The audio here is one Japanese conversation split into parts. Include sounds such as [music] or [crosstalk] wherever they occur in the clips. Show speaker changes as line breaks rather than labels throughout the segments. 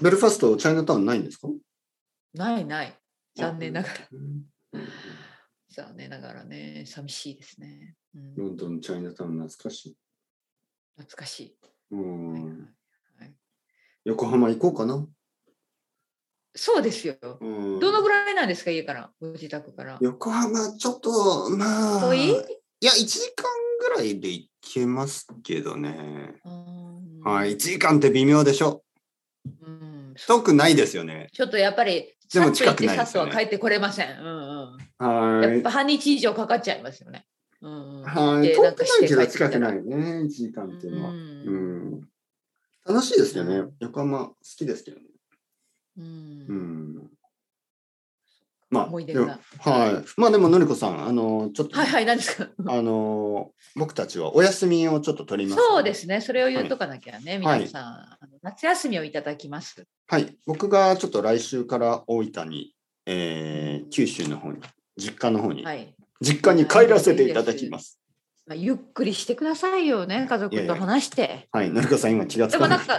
ベルファスト、チャイナタウンないんですか
ないない。残念ながら。
うん
残念ながらね、寂しいですね。うん
ロンドン、チャイナタウン、懐かしい。
懐かし
う
い、はいはい
ん、横浜行こうかな。
そうですよ。
うん
どのぐらいなんですか、家から、ご自宅から。
横浜、ちょっと、まあ。
遠い
いや、1時間ぐらいで行けますけどね。
うん
はい、1時間って微妙でしょ。
うん、そう
遠くないですよね。
ちょっとやっぱり、
でも近
さっ
く
と行って
ない
さ
です
っ
よ
と
ね
は帰ってこれません。うんうん、やっ
は
ぱ半日以上かかっちゃいますよね。うんうん、
い。はい、
で
遠くないけど
して帰
近
ってきた
く
ら
ないね、1時間っていうのは。
ん
うん。楽しいですよね。横浜好きですけどね。
うん
うん。まあ、
思い出
で
が
もはい。まあでも、のりこさん、あの、ちょっと、
はいはい、何ですか。
あの、僕たちはお休みをちょっと取ります、
そうで。すね、それを言うとかなきゃね、
はい
皆さん、あの夏休みをいただきます。
はい。僕がちょっと来週から大分に、えー九州の方に、実家の方に、
はい。
実家に帰らせていただきます。
まあ、ゆっくりしてくださいよね、家
いや
族
いや
と話して。
はい。のりこさん、今気がつ
で
か
も
な
ないん。か、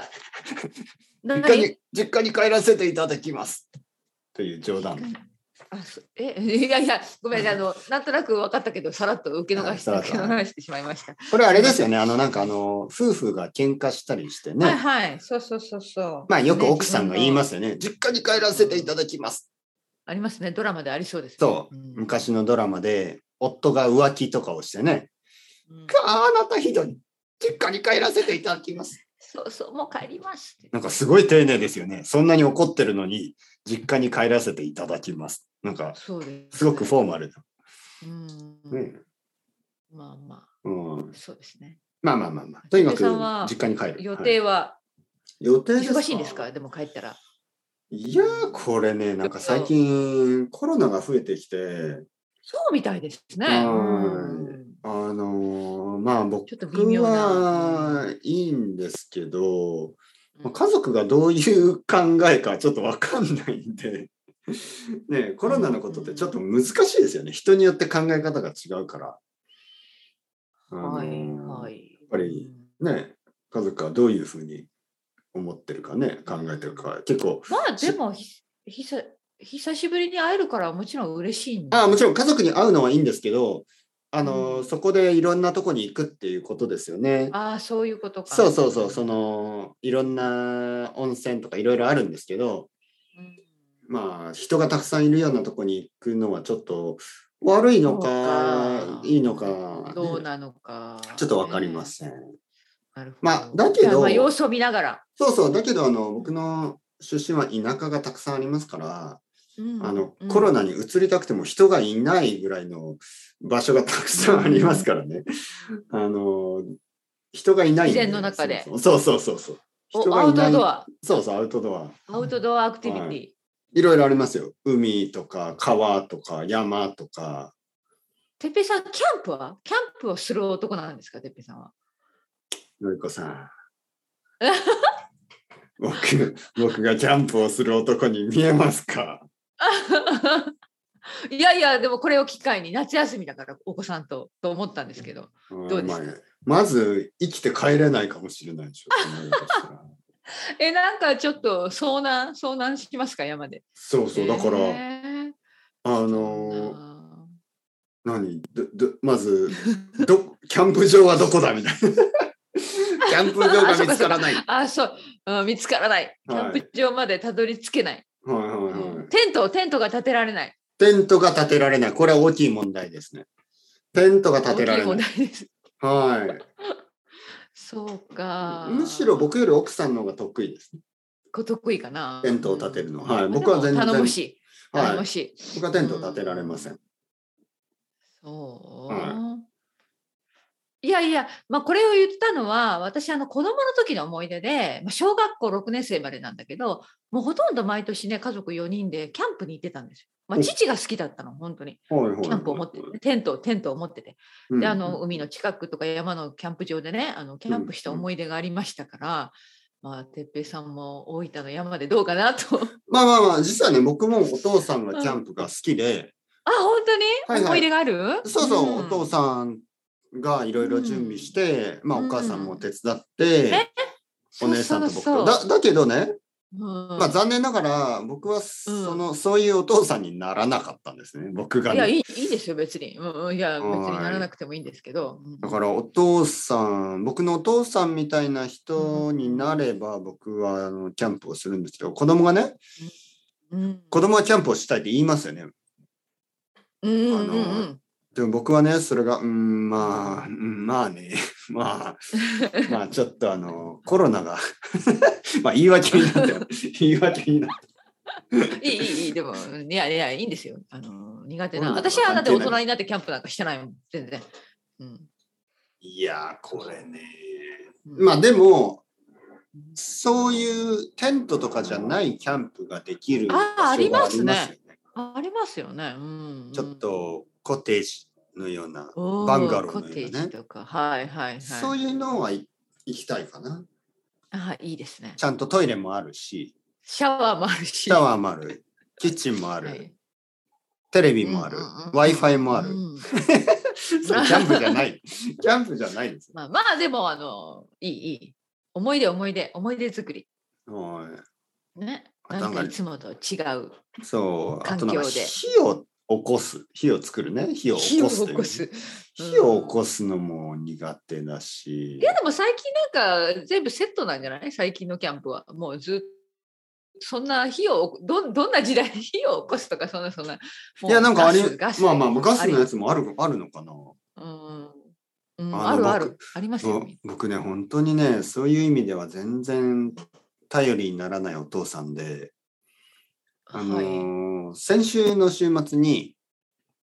な
実
んか
家に、実家に帰らせていただきます。という冗談。
あそえ [laughs] いやいや、ごめんね、あ
[laughs]
の、なんとなく分かったけど、さらっと受け逃した
はい
受
さ
け
らっと
逃してしまいました。
これあれですよね。あの、なんかあの、夫婦が喧嘩したりしてね。
はいはい、そうそうそうそう。
まあ、よく
ね
奥さんが言いま。
自分の
すよね。実家に帰らせていただきます。
ありますね、ドラマでありそうですね。
そう、
ん
昔のドラマで、夫が浮気とかをしてね。
うん
あなたひどい。実家に帰らせていただきます。
そうそう、もう帰りますって。
なんかすごい丁寧ですよね。そんなに怒ってるのに、実家に帰らせていただきます。なんか、
そうです、
すごくフォーマルだ。
うん、
ね
まあま
うん
あ、、そうですね。
まあまあまあまあ。とにかく
小手さんは、
実家に帰る。
予
はい
定は
予定
忙しいんですか、でも帰ったら。
いやー、これね、なんか最近コロナが増えてきて、
そうみたいですね。
うん
うん
あのーまあ僕
ちょっと微妙な
はいいんですけど、まあ家族がどういう考えかちょっとわかんないんで、 [laughs] ね、コロナのことってちょっと難しいですよね。人によって考え方が違うから。あの
は
ー
いはい。やっ
ぱり、ね、家族がどういうふうに思ってるかね、考えてるか。結構、
まあでもひひさ久しぶりに会えるからもちろん嬉しいんで
ああもちろん家族に会うのはいいんですけど、あの
うん
そこでいろんなとこに行くっていうことですよね。
ああそういうことか。
そうそうそう、そのいろんな温泉とかいろいろあるんですけど、
うん
まあ人がたくさんいるようなとこに行くのはちょっと悪いの
そう
か
か
いいのか、
どうなのか。
[laughs] ちょっとわかりません。
なるほど。
まあだけ
じ
ど
ゃあまあ様子を見ながら。
そうそう、だけどあの僕の出身は田舎がたくさんありますから、
うん
あの
うん
コロナに移りたくても人がいないぐらいの場所がたくさんありますからね。あの人がいないんで
自然の中で
そうそうそうそう。人
お
が
ア
い
ウ
ない
トドア、
そうそう、アウトドア。
アウトドアアクティビティ。
いろいろありますよ。海とか川とか山とか。
てっぺいさん、キャンプはキャンプをする男なんですか、てっぺいさんは。 [laughs]
のりこさん。僕僕がキャンプをする男に見えますか
いやいや、でもこれを機会に夏休みだからお子さんとと思ったんですけど、
ど
どうですか
まず生きて帰れないかもしれないでしょ。そんなことしたら
[laughs] え、なんかちょっと遭難、遭難しますか、山で。
そうそう、だから、
えー
あ
そ
の
ん
ー、
な
何どどまずど、キャンプ場はどこだみたいな。キャンプ場が見つからない。はい
あ、そう、うん見つからない。キャンプ場までたどり着けない。
はいはい。
テント、テントが建てられない。
テントが建てられない。これは大きい問題ですね。テントが建
大き
てら
い
れな
問
い。
題です。
は
そうか
い。。むしろ僕より奥さんの方が得意です、ね。
こ得意かな。
テントを建てるの。はい。
うん。
僕は全然。
頼もしい。頼
は
も
い。
しい。
僕はテントを建てられません。
そう、、
はい
やいや、まあ、これを言ったのは私あの子供の時の思い出で、まあ、小学校6年生までなんだけどもうほとんど毎年ね家族4人でキャンプに行ってたんですよ。まあ、
お
父が好きだったの本当に
はいはいはい。
キャンプを持っててテントテントを持ってて
うん
であの海の近くとか山のキャンプ場でねあのキャンプした思い出がありましたから。まあ、てっぺいさんも大分の山でどうかな
[laughs]
と。
まあまあまあ、実はね、僕もお父さんがキャンプが好きで、
あ、本当に、
はいはい
思い出がある
そうそう、お
ん
父さんがいろいろ準備して、まあお母さんも手伝っ
んえ
て、お
そう
姉さんと僕
そうそ
と。
う
だだけどね、まあ残念ながら僕はその、そういうお父さんにならなかったんですね僕が
いや
ね、
いいいいですよ別に、うんうん、いや別
はい
にならなくてもいいんですけど、うん
だからお父さん僕のお父さんみたいな人になれば僕はあのキャンプをするんですけど子供がね
うん
子供はキャンプをしたいって言いますよね
うんうん
あの
うんうん
でも僕はねそれがうんまあうんまあね [laughs] まあまあちょっとあのコロナが [laughs] まあ言い訳になってる言い訳になって
いいいいいいでもいやいやいいんですよあの苦手
そ
な
うなんだ
私はだって
関
大
係な
人
い
になってキャンプなんかしてないもん全然、うん
るいやーこれね
うん、
まあでもそういうテントとかじゃないキャンプができる
あー
場所が
ありますね
ありよね
ありますよね、うんうん、
ちょっとコテージのような、
おー
バンガローのようなね
コテージとかはいはいはい
そういうのはい行きたいかな。
あいいですね
ちゃんとトイレもあるし、
シャワーもあるし
シャワーもある、キッチンもある、
はい
テレビもある、
うんうんうん
Wi-Fi もある。
うん
それキャンプじ
[laughs]
ゃない。キャンプじゃないです。
まあまあでもあのいいいい思い出思い出思い出作り
は
ね
あとな
なんん
か
かいつもと違う
いそう、あ
環
と
境で
なんか火を起こす、火を作るね、火を起
火を
こすと
起
いう
こす。
火を起こすのも苦手だし
い、やでも最近なんか全部セットなんじゃない最近のキャンプはもうずっとそんな火をどどんな時代に火を起こすとかそんなそんなもう
いやなんかあれ
ガスガス
まあまあガスのやつもあるあるのかな。
うん、うん、
あの
あるあ
僕
るありますよ、
そう僕ね本当にねそういう意味では全然頼りにならないお父さんで、あの
はい
ー先週の週末に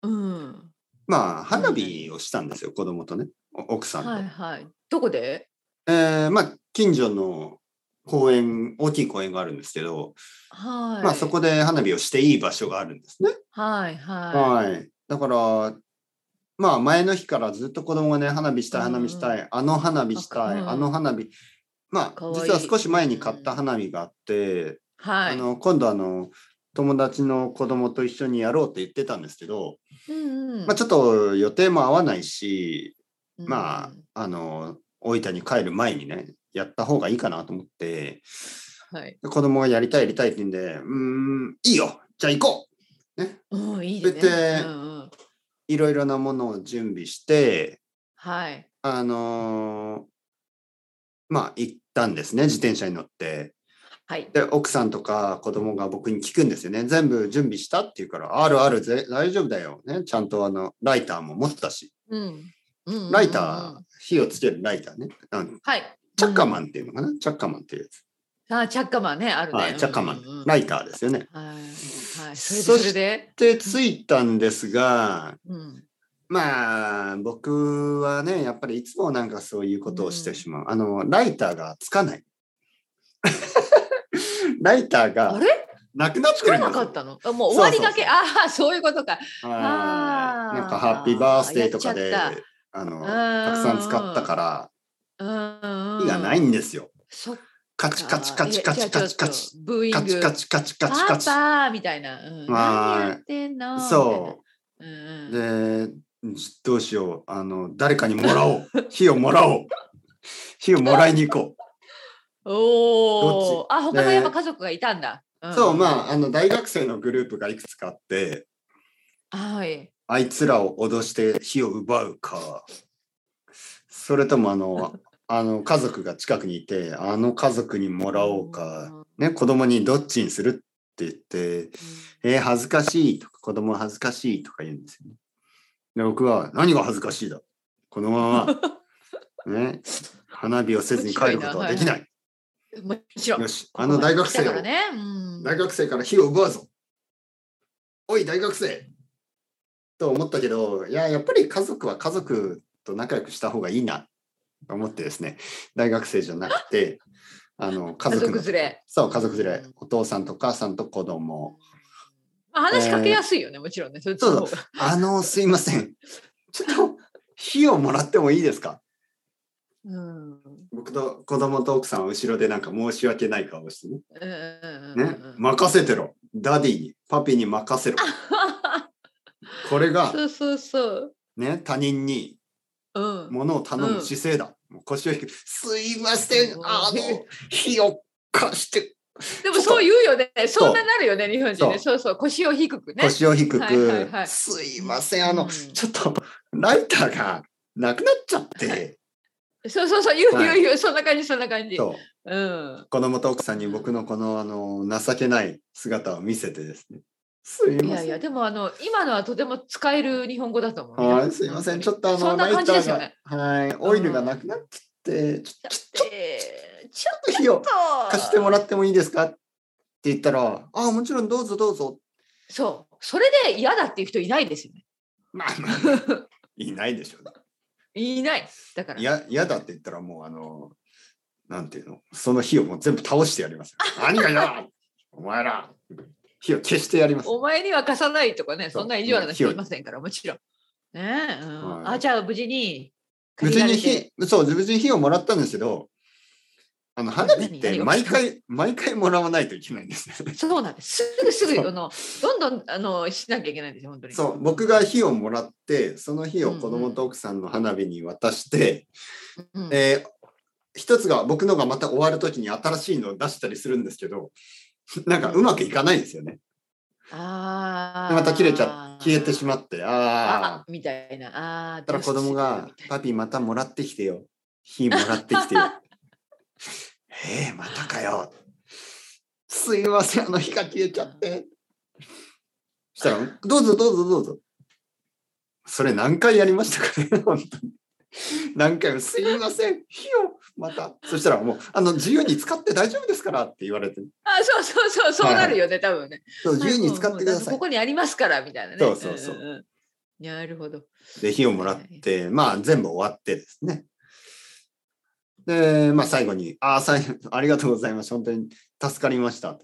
うん
まあ花火をしたんですよ、子供とねお奥さんと、
はいはいどこで
えーまあ近所の公園大きい公園があるんですけど、
はい
まあそこで花火をしていい場所があるんですね
はいは
はい、だからまあ前の日からずっと子供がね花火したい
うんうん
花火したい、あの花火したい、
うん
あの花火まあ
かわいい
実は少し前に買った花火があって、
いはい
あの今度あの友達の子供と一緒にやろうって言ってたんですけど、
うんうん
まあ、ちょっと予定も合わないし、
うん
まああの大分に帰る前にねやった方がいいかなと思って
はい
で子供がやりたいやりたいって言うんで「うーんいいよじゃあ行こう!
うんいいですね
それで
うんうん」
いろいろなものを準備して
はい
あのーまあ行ったんですね自転車に乗って。
はい
で奥さんとか子供が僕に聞くんですよね全部準備したって言うからあるあるぜ大丈夫だよ、ね、ちゃんとあのライターも持ってたし
うんうんうんうん
ライター火をつけるライターねあの
はい
チャッカ
ン
マンっていうのかなチャッカマンっていうやつ、
あチャッカマンねあるね、
はい、チャッカマン、
うんうんうん
ライターですよね
はいはいそれ
そ
で
し
それで
で着いたんですが
うん
まあ僕はねやっぱりいつもなんかそういうことをしてしまう、あのライターがつかないライター
あ
が
れ
なくなって
作
る
ら
んで
なか
すよ
ったのあもう終わりだけ
そう
ああそういうことか
はいなんか
あー
ハッピーバースデーとかで
やっちゃっ
あの
うん
たくさん使ったから
うんうん
意がないんですよ。
そっか
カチカチカチカチカチカチ
ブーイング
カチカチカチカチカチ
パパみたいな、うん、
はい
何やってんの
そう
みたいなうんうん
うでどうしようあの誰かにもらおう火をもらおう火をもらいに行こ
お
ど
お。
っ
あ、他のやっぱ家族がいたんだ。
う。そう
あ
まああの大学生のグループがいくつかあって。
はい。
あいつらを脅して火を奪うかそれともあの
[laughs]
あの家族が近くにいてあの家族にもらおうか。ね、子供にどっちにするって言って、えー恥ずかしいとか、子供は恥ずかしいとか言うんですよね。で、僕は、何が恥ずかしいだこのま
[laughs]
ま、ね、花火をせずに帰ることはできない。
うん。もちろん。
よし、あの大学生
だ
を、
からね。うん。
大学生から火を奪うぞ。おい、大学生と思ったけど、いや、やっぱり家族は家族と仲良くした方がいいなと思ってですね、大学生じゃなくて、あの家
家
族
族
の
連れ。
そう、家族連れ
うん、
お父さんと母さんと子供。
まあ、話しかけやすいよね、もちろんね。そっちの方が
あの、すいません。ちょっと、火をもらってもいいですか
うん。うん
僕と子供と奥さんは後ろでなんか申し訳ない顔をしてね。
うんうんうん
ね、任せてろ。ダディに、パピに任せろ。これが、
[laughs] そうそうそう。
ね、他人に
うん。
物を頼む姿勢だ。もう腰を引く。すいません、あの、火を貸して
でもそう言うよね。
そう
そんななるよね、日本人ね。そうそう、腰を低くね。
腰を低く、
はいはいはい
すいません、あの、
うん
ちょっと、ライターがなくなっちゃって、
そうそうそう、言う言
は
う
い
言う、そんな感じ、そんな感じ。
そう、
うん。
子供と奥さんに僕のこの、あの、情けない姿を見せてですね。すい
い
ま
や
せん。
いや、でもあの、今のはとても使える日本語だと思うね。
はい、すいません、ちょっとあ
そ
の、
んな
ラ
感
イ
じ
タ
ですよ
ーが
ね。、
はい、オイルがなくなっちゃって、ちょちょちょっ
えーちょっ
と火を
と。
貸してもらってもいいですかって言ったら、ああ、もちろんどうぞどうぞ。
そう。それで嫌だっていう人いないですよね。
まあ、 [laughs] いないでしょうね。
いない。だから。
いや、嫌だって言ったらもう、あの、なんていうの、その火をもう全部倒してやりますよ。何が嫌だお前ら火を消してやります。
お前には貸さないとかね、
そう
そんな意地悪な人いませんから、もちろん。ねえ、うん
はい
あ、じゃあ無事に
無
借り
事
られ
に
て。
火、そう、別に火をもらったんですけど、あの、花火っ
何
て
何
毎回、毎回もらわないといけないんですね。
そうなんです。すぐす
そう
ぐ、あの、どんどん、あの、しなきゃいけないんですよ、本当に。
そう、僕が火をもらって、その火を子供と奥さんの花火に渡して、
うん。
えー一つが僕のがまた終わるときに新しいのを出したりするんですけど、なんかうまくいかないんですよね。
ああ。
また切れちゃ消えてし
う。
まって、
あ
ああ。
みたいな。あ [laughs] あー。
だから子供
どう
が
しようみた、いな
パピまたもらってきてよ。火もらってきてよ。 [laughs] えー、またかよ。すいません、あの火が消えちゃって。そしたら、どうぞどうぞどうぞ。それ何回やりましたかね、 [laughs] 本当に。何回も、すいません、火をまた。そしたらもう、あの、自由に使って大丈夫ですからって言われて、
あ、そうそうそう、そうなるよね、多分ね。
そう自由に使ってくだ
はいもうもう
さ
ここにありますから、みたいなね。
そうそうそうん
んん。なるほど。
い。で、火をもらって、まあ、全部終わってですね。で、まあ、最後 [laughs] に、ああ、さいありがとうございます。本当に助かりました。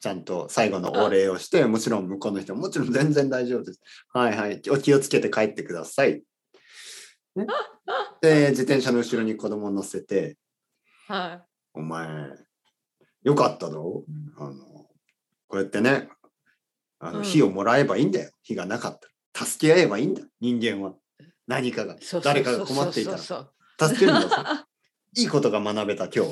ちゃんと最後のお礼をして、もちろん向こうの人も、もちろん全然大丈夫です。はいはい。お気をつけて帰ってください。ね、で、自転車の後ろに子供を乗せて、
はい。
お前、よかったぞ。あの、こうやってね、あの
うん
火をもらえばいいんだよ。火がなかったら。助け合えばいいんだ。人間は。何かが
そうそうそう、
誰かが困っていたら。
そうそうそう
助けるん
[laughs]
だぞ。いいことが学べた今日は。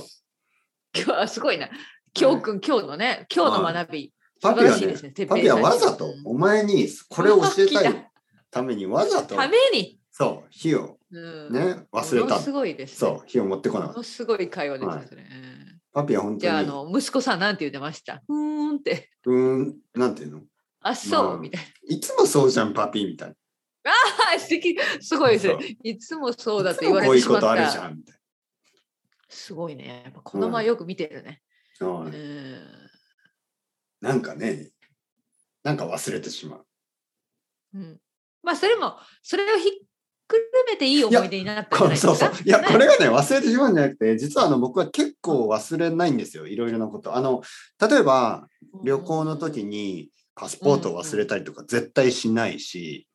今日はすごいな。教訓、今日のね、今日の学び。
パ
素
ピ
晴ら
は
しいで
ね
すね。、てっ
パ
ぺ
ピ
いさ
は
ん
わざとお前にこれを教えた
聞 [laughs] い
いためにわざと
た、めに。
そう、火を
うん
ね、忘れ
も
た
の。すごいです、ね。
そう、火を持ってこ
も
なかった
の。すごい会話です
は
ね
い
それ。うん
パピは本
じゃあ、
当
あ
に、
の、息子さんなんて言ってました。うーんって。
うーん、なんていうの
あ、そう、
うん
みたいな。 [laughs]
いつもそうじゃん、パピみたいな。
はい、素敵。すごいですね
そう。
いつもそうだっ
いつ
て言
も
われ
こ
て
ういう
し
こ
まっ
とあるじゃ
た。
ん、みたい
すごいね。やっぱ子供はよく見てるね。
な。は
う
い
ん。
なんかね、なんか忘れてしまう。
うん。まあ、それも、それをひっくるめていい思い出になったんじゃ
こ
ないです
そ
か。
うそう。いや、
ね
これがね、忘れてしまうんじゃなくて、実はあの僕は結構忘れないんですよ、いろいろなこと。あの、例えば旅行の時にパスポートを忘れたりとか絶対しないし、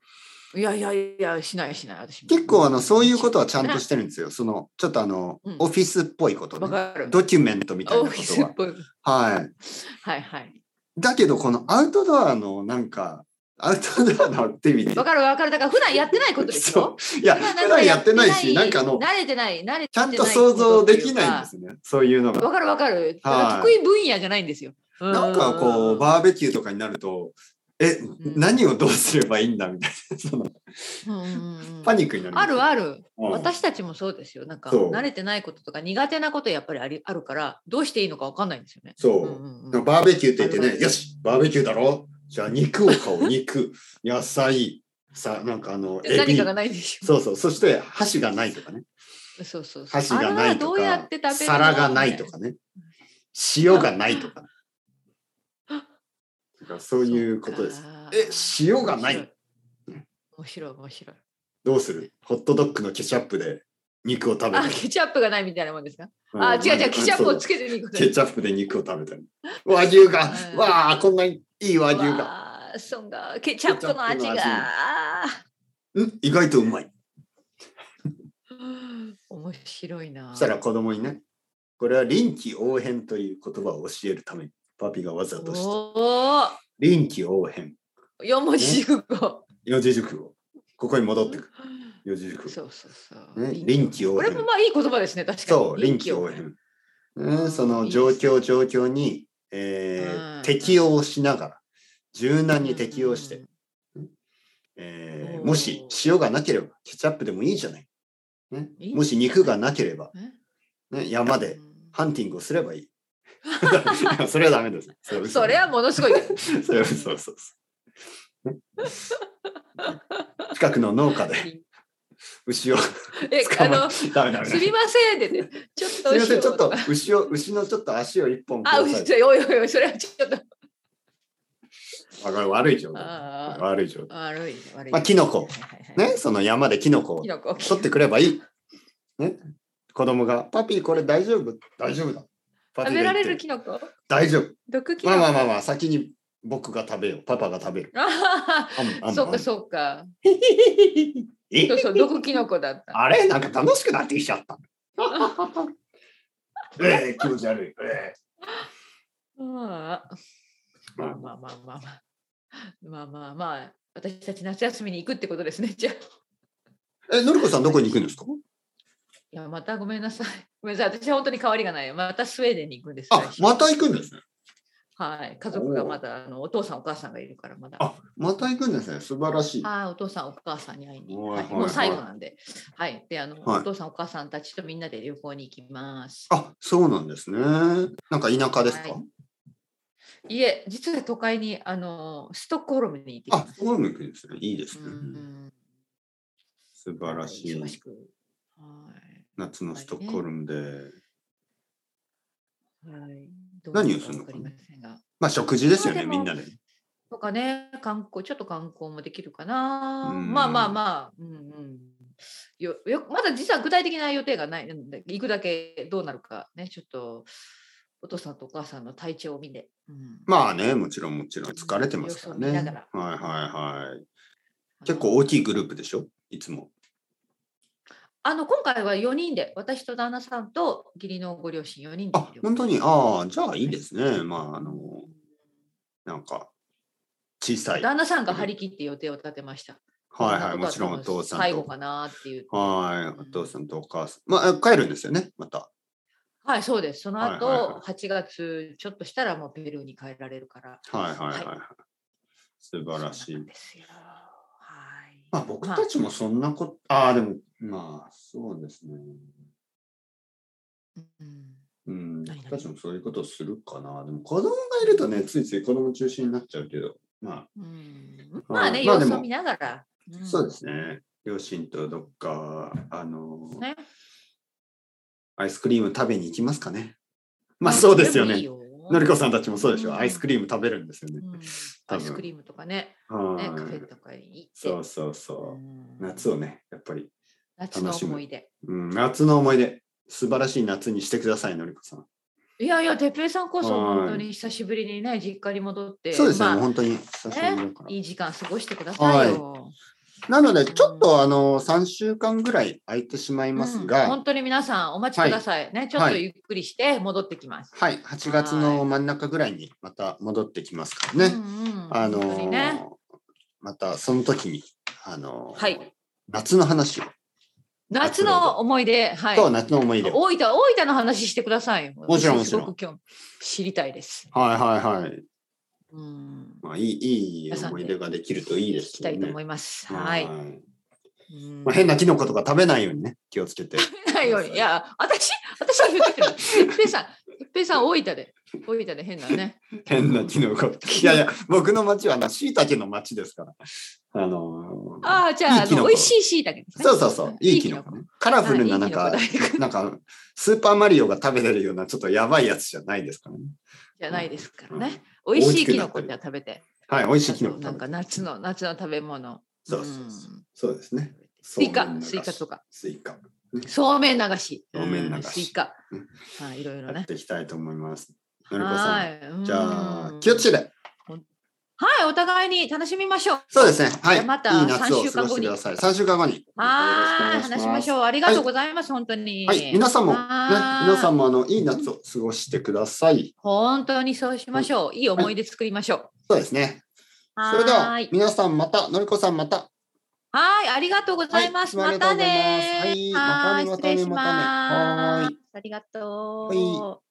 いやいやいや、しないしない、私も
結構あの、そういうことはちゃんとしてるんですよ。その、ちょっとあの
うん、
オフィスっぽいこと
わか
ね。
る。
ドキュメントみたい
オ
なこ
フィス
と
っ
は。
ぽい。
はい。
はいはい。
だけど、このアウトドアのなんか、アウトドアのアクティビテ
わ
ィ。
かるわかる。だから普段やってないことです
そ
よ。
う。いや、普段やってないし、なんかあの、
慣れてない、慣れてない。
ちゃんと想像できないんですね、そういうのが。
わかるわかる。
はい
だから得意分野じゃないんですよ。
なんかこう、
ー
バーベキューとかになると、え、
ん
何をどうすればいいんだみたいな、そのパニックになります
あるある。
うん
私たちもそうですよ。なんか
そう
慣れてないこととか苦手なことやっぱりありあるから、どうしていいのかわかんないんですよね。
そうう。
んうんう
なん
ん
かバーベキューって言って
あるあ
ね、
る
よし、バーベキューだろじゃあ肉を買おう、肉、 [laughs] 野菜、さ、なんかあの、
で
エ
何
ビ
か。がないんです
そうそう、そして箸がないとかね、
よ。そうそうそう。
箸がないと
あれはどうや
か
って食べる、の
皿がないと。かね、塩がないとか。なんかそういうことです。
あー
え、塩がない。
面白い面白い。
どうするホットドッグのケチャップで肉を食べた
あ、
り。
ケチャップがないみたいなもんですか。
うん
あ、違う違う、ケチャップをつ
そ
け
う
て肉
ケチャップで肉を食べたり。和牛が
う、ん
わあ、こんなにいい和牛が。
が。そんが、ケチャップの味
ケチャップの
が
味。
あ
うん、意外とうまい。
ー面白いな。
そしたら子供にね、これは臨機応変という言葉を教えるために、パピがわざとした。
おお、
臨機応変。
四文字熟語。
四字熟語。ここに戻ってくる。四字熟語。
そうそうそう。
ね、臨機応
これ
変
も。まあいい言葉ですね、確かに。
そう、臨機応変。ね、その状況状況にえー
うん
適応しながら、柔軟に適応して、
うん
え
お
ー
ー
もし塩がなければケチャップでもいいじゃない。ね
いいんじゃない
もし肉がなければ、
え
ね、山で
うん
ハンティングをすれば
[laughs]
いい。いやそれはダメです。それは嘘
それはものすごいけ
[laughs]
ど。
それは嘘嘘嘘ね近くの農家で牛を
え、あ
捕ま
の、
えダメダメダメ。
すみませんでね、ちょっと
すみ
牛
ま
を。
せん、ちょっと牛を牛のちょっと足を一本
あ、
くだ
牛
さい
じゃおいおいおい、それはちょっと。
あこれ悪い状態。
あ
悪い状
あ、悪い、悪い。
まあキノコ
はいはいはい。
態。ね、その山でキノコを
キノコ。
取ってくればいい。ね、子供が、パピーこれ大丈夫大丈夫だ。パピ
食
ー
べら
が言
れ
って
るキノコ
大丈夫。
毒キノ
まあ
コ。
まあまあまあ、先に僕が食べよう。パパが食べる。
あ
あんあ
あ、
ん
そう
あん
かそうか。
え
そうそう、毒キノコだった。
あれなんか楽しくなってきちゃった。ええ気持ち悪い。え
まあまあまあまあまあまあまあまあまあ私たち夏休みに行くってことですねじゃあい
ええ、のりこさんどこに行くんですか
やまたごめんなさいごめんなさい私は本当に変わりがないまたスウェーデンに行くんです
あ、
最
ま
初
た行くんですね。
はい家族がまだあのお父さんお母さんがいるからまだ
あ、また行くんですね。素晴らしい。
はいお父さんお母さんに会いに、
おい
はい
はい
もう最後なんではいであの、
はい
お父さんお母さんたちとみんなで旅行に行きます
あ、そうなんですね。なんか田舎ですか、
はいいえ実は都会にあのストックホルムに行ってき
あ
ま、す
そういうの行くんですね。いいです
う
ね。
ん
素晴らしい
忙。しくはい
夏のストックホルムで。
はい、どう
何を
な
するの
かわりませんが。
まあ食事ですよ
まあ
ね、
でも
みんなで。
とかね、観光、ちょっと観光もできるかな。
うん
まあまあまあ、うんうん。よよまだ実は具体的な予定がないので、行くだけどうなるかね、ちょっとお父さんとお母さんの体調を見て。うん
まあね、もちろんもちろん疲れてますからね。
様子
は
を
い
見
は
ないが
はい。結構大きいグループでしょいつも。
あの今回は4人で、私と旦那さんと義理のご両親4人で
あ、本当にああ、じゃあいいですね。まあ、あの、なんか、小さい。はい
旦那さんが張り切って予定を立てました。
はい、もちろんお父さん
最後
と。
かなっていう。
はい、お父さんとお母さん。まあ、帰るんですよね、また。
はい、そうです。その後、
はいはいは
8月ちょっとしたらもうペルーに帰られるから。
はいはいはい。は、
はい
素晴ら
そ
し
うないん。ですよ。はい。
まあ、僕たちもそんなこと、ああ、でも、まあ、そうですね。
まあうん
うん、
何々
僕たちもそういうことをするかな。でも子供がいるとね、ついつい子供中心になっちゃうけど、ま
うん
あ
まあね、
まあ
様
でも
子を見ながら。。
あ、そうですすね。両親とどっか、あの、
ね
アイスクリーム食べに行きますかね。まあ、そうですよ
でもいい
ね。のりこさんたちもそうでしょ。
うん
アイスクリーム食べるんですよね。
うん
多分
アイスクリームとかね、ねカフ
は
ェ
い。
とかに行って。
そうそうそうう。
ん
夏をね、やっぱり、
夏の思い出。
うん、夏の思い出、素晴らしい夏にしてください、のりこさん。
いやいや、てっぺいさんこそ
はい
本当に久しぶりにね、実家に戻って。
そうですね、
まあ
もう本当に久しぶりだから。
いい時間過ごしてくださいよ。
なので、ちょっとあの、3週間ぐらい空いてしまいます
うん
が、
本当に皆さんお待ちください、ね。ちょっとゆっくりして戻ってきます。
はい、8月の真ん中ぐらいにまた戻ってきますから
う
ね。
んうん
あの
本当に
ー
ね。
またその時に、あのー
はい。
夏の話を、
夏の思い出、はい。
と夏の思い出
大
を。
分、大分の話してください。
もちろん
私す
も
ごく今日知りたいです。
はいはいはい。
うん。
まあ、いい、いい思い出ができるといいで
聞
す
きた
よ
いと思
ね。
います。はい。うん
まあ、変なキノコとか食べないようにね、気をつ
[laughs]
けて。
食べないように。いや、私、私は言ってる。一
[laughs]
平さん、一平さん、大分で。大分で変なね。
変なキノコ。いやいや、僕の町はあの、椎茸の町ですから。あのー
ああ、じゃあ、
い
あ
いキノ
の
コ
美味しいしいたけですね。
そうそうそう、いいキノコね。カラフルな、
は
ないんか、
いいキノコ
なんか、スーパーマリオが食べれるような、ちょっとやばいやつじゃないですからね。
じゃないですからね。美味しいキノコじゃ食べて。
はい、美味しいキノ
あ
コ
となん
食べ
か
て。
夏の、夏の食べ物。
そうそうそう。そうですね。
スイ
そうめん
カ、
流し
スイカとか。
スイカ。
そうめん流し。
そうめん流し
うスイカ
う。
はい、いろいろ
やっ
ね。
ていきたいと思います。のりこさん。
はい。
じゃあ
う、ん
気をつけて。
はい、お互いに楽しみましょう。
そうですね。はい。
じゃあまた
いい夏を過ごしてください。3週間後に。
はーい、話しまし
う。
ょう。ありがとうございます、本当に。
はい。皆さんも、ね、
はーい
皆さんも、あの、いい夏を過ごしてください。
本当にそうしましょう。いい思い出作りましょう。
そうですね。
はーい、
それでは、皆さんまた、のりこさんまた。
はーい、ありがとうございます。
は
ま
い
たね
あり
ー。
がとうござい
は
ますはい
ーい、失礼
またねまたね
し
またねは
ま
ー
す。ありがとう。
はい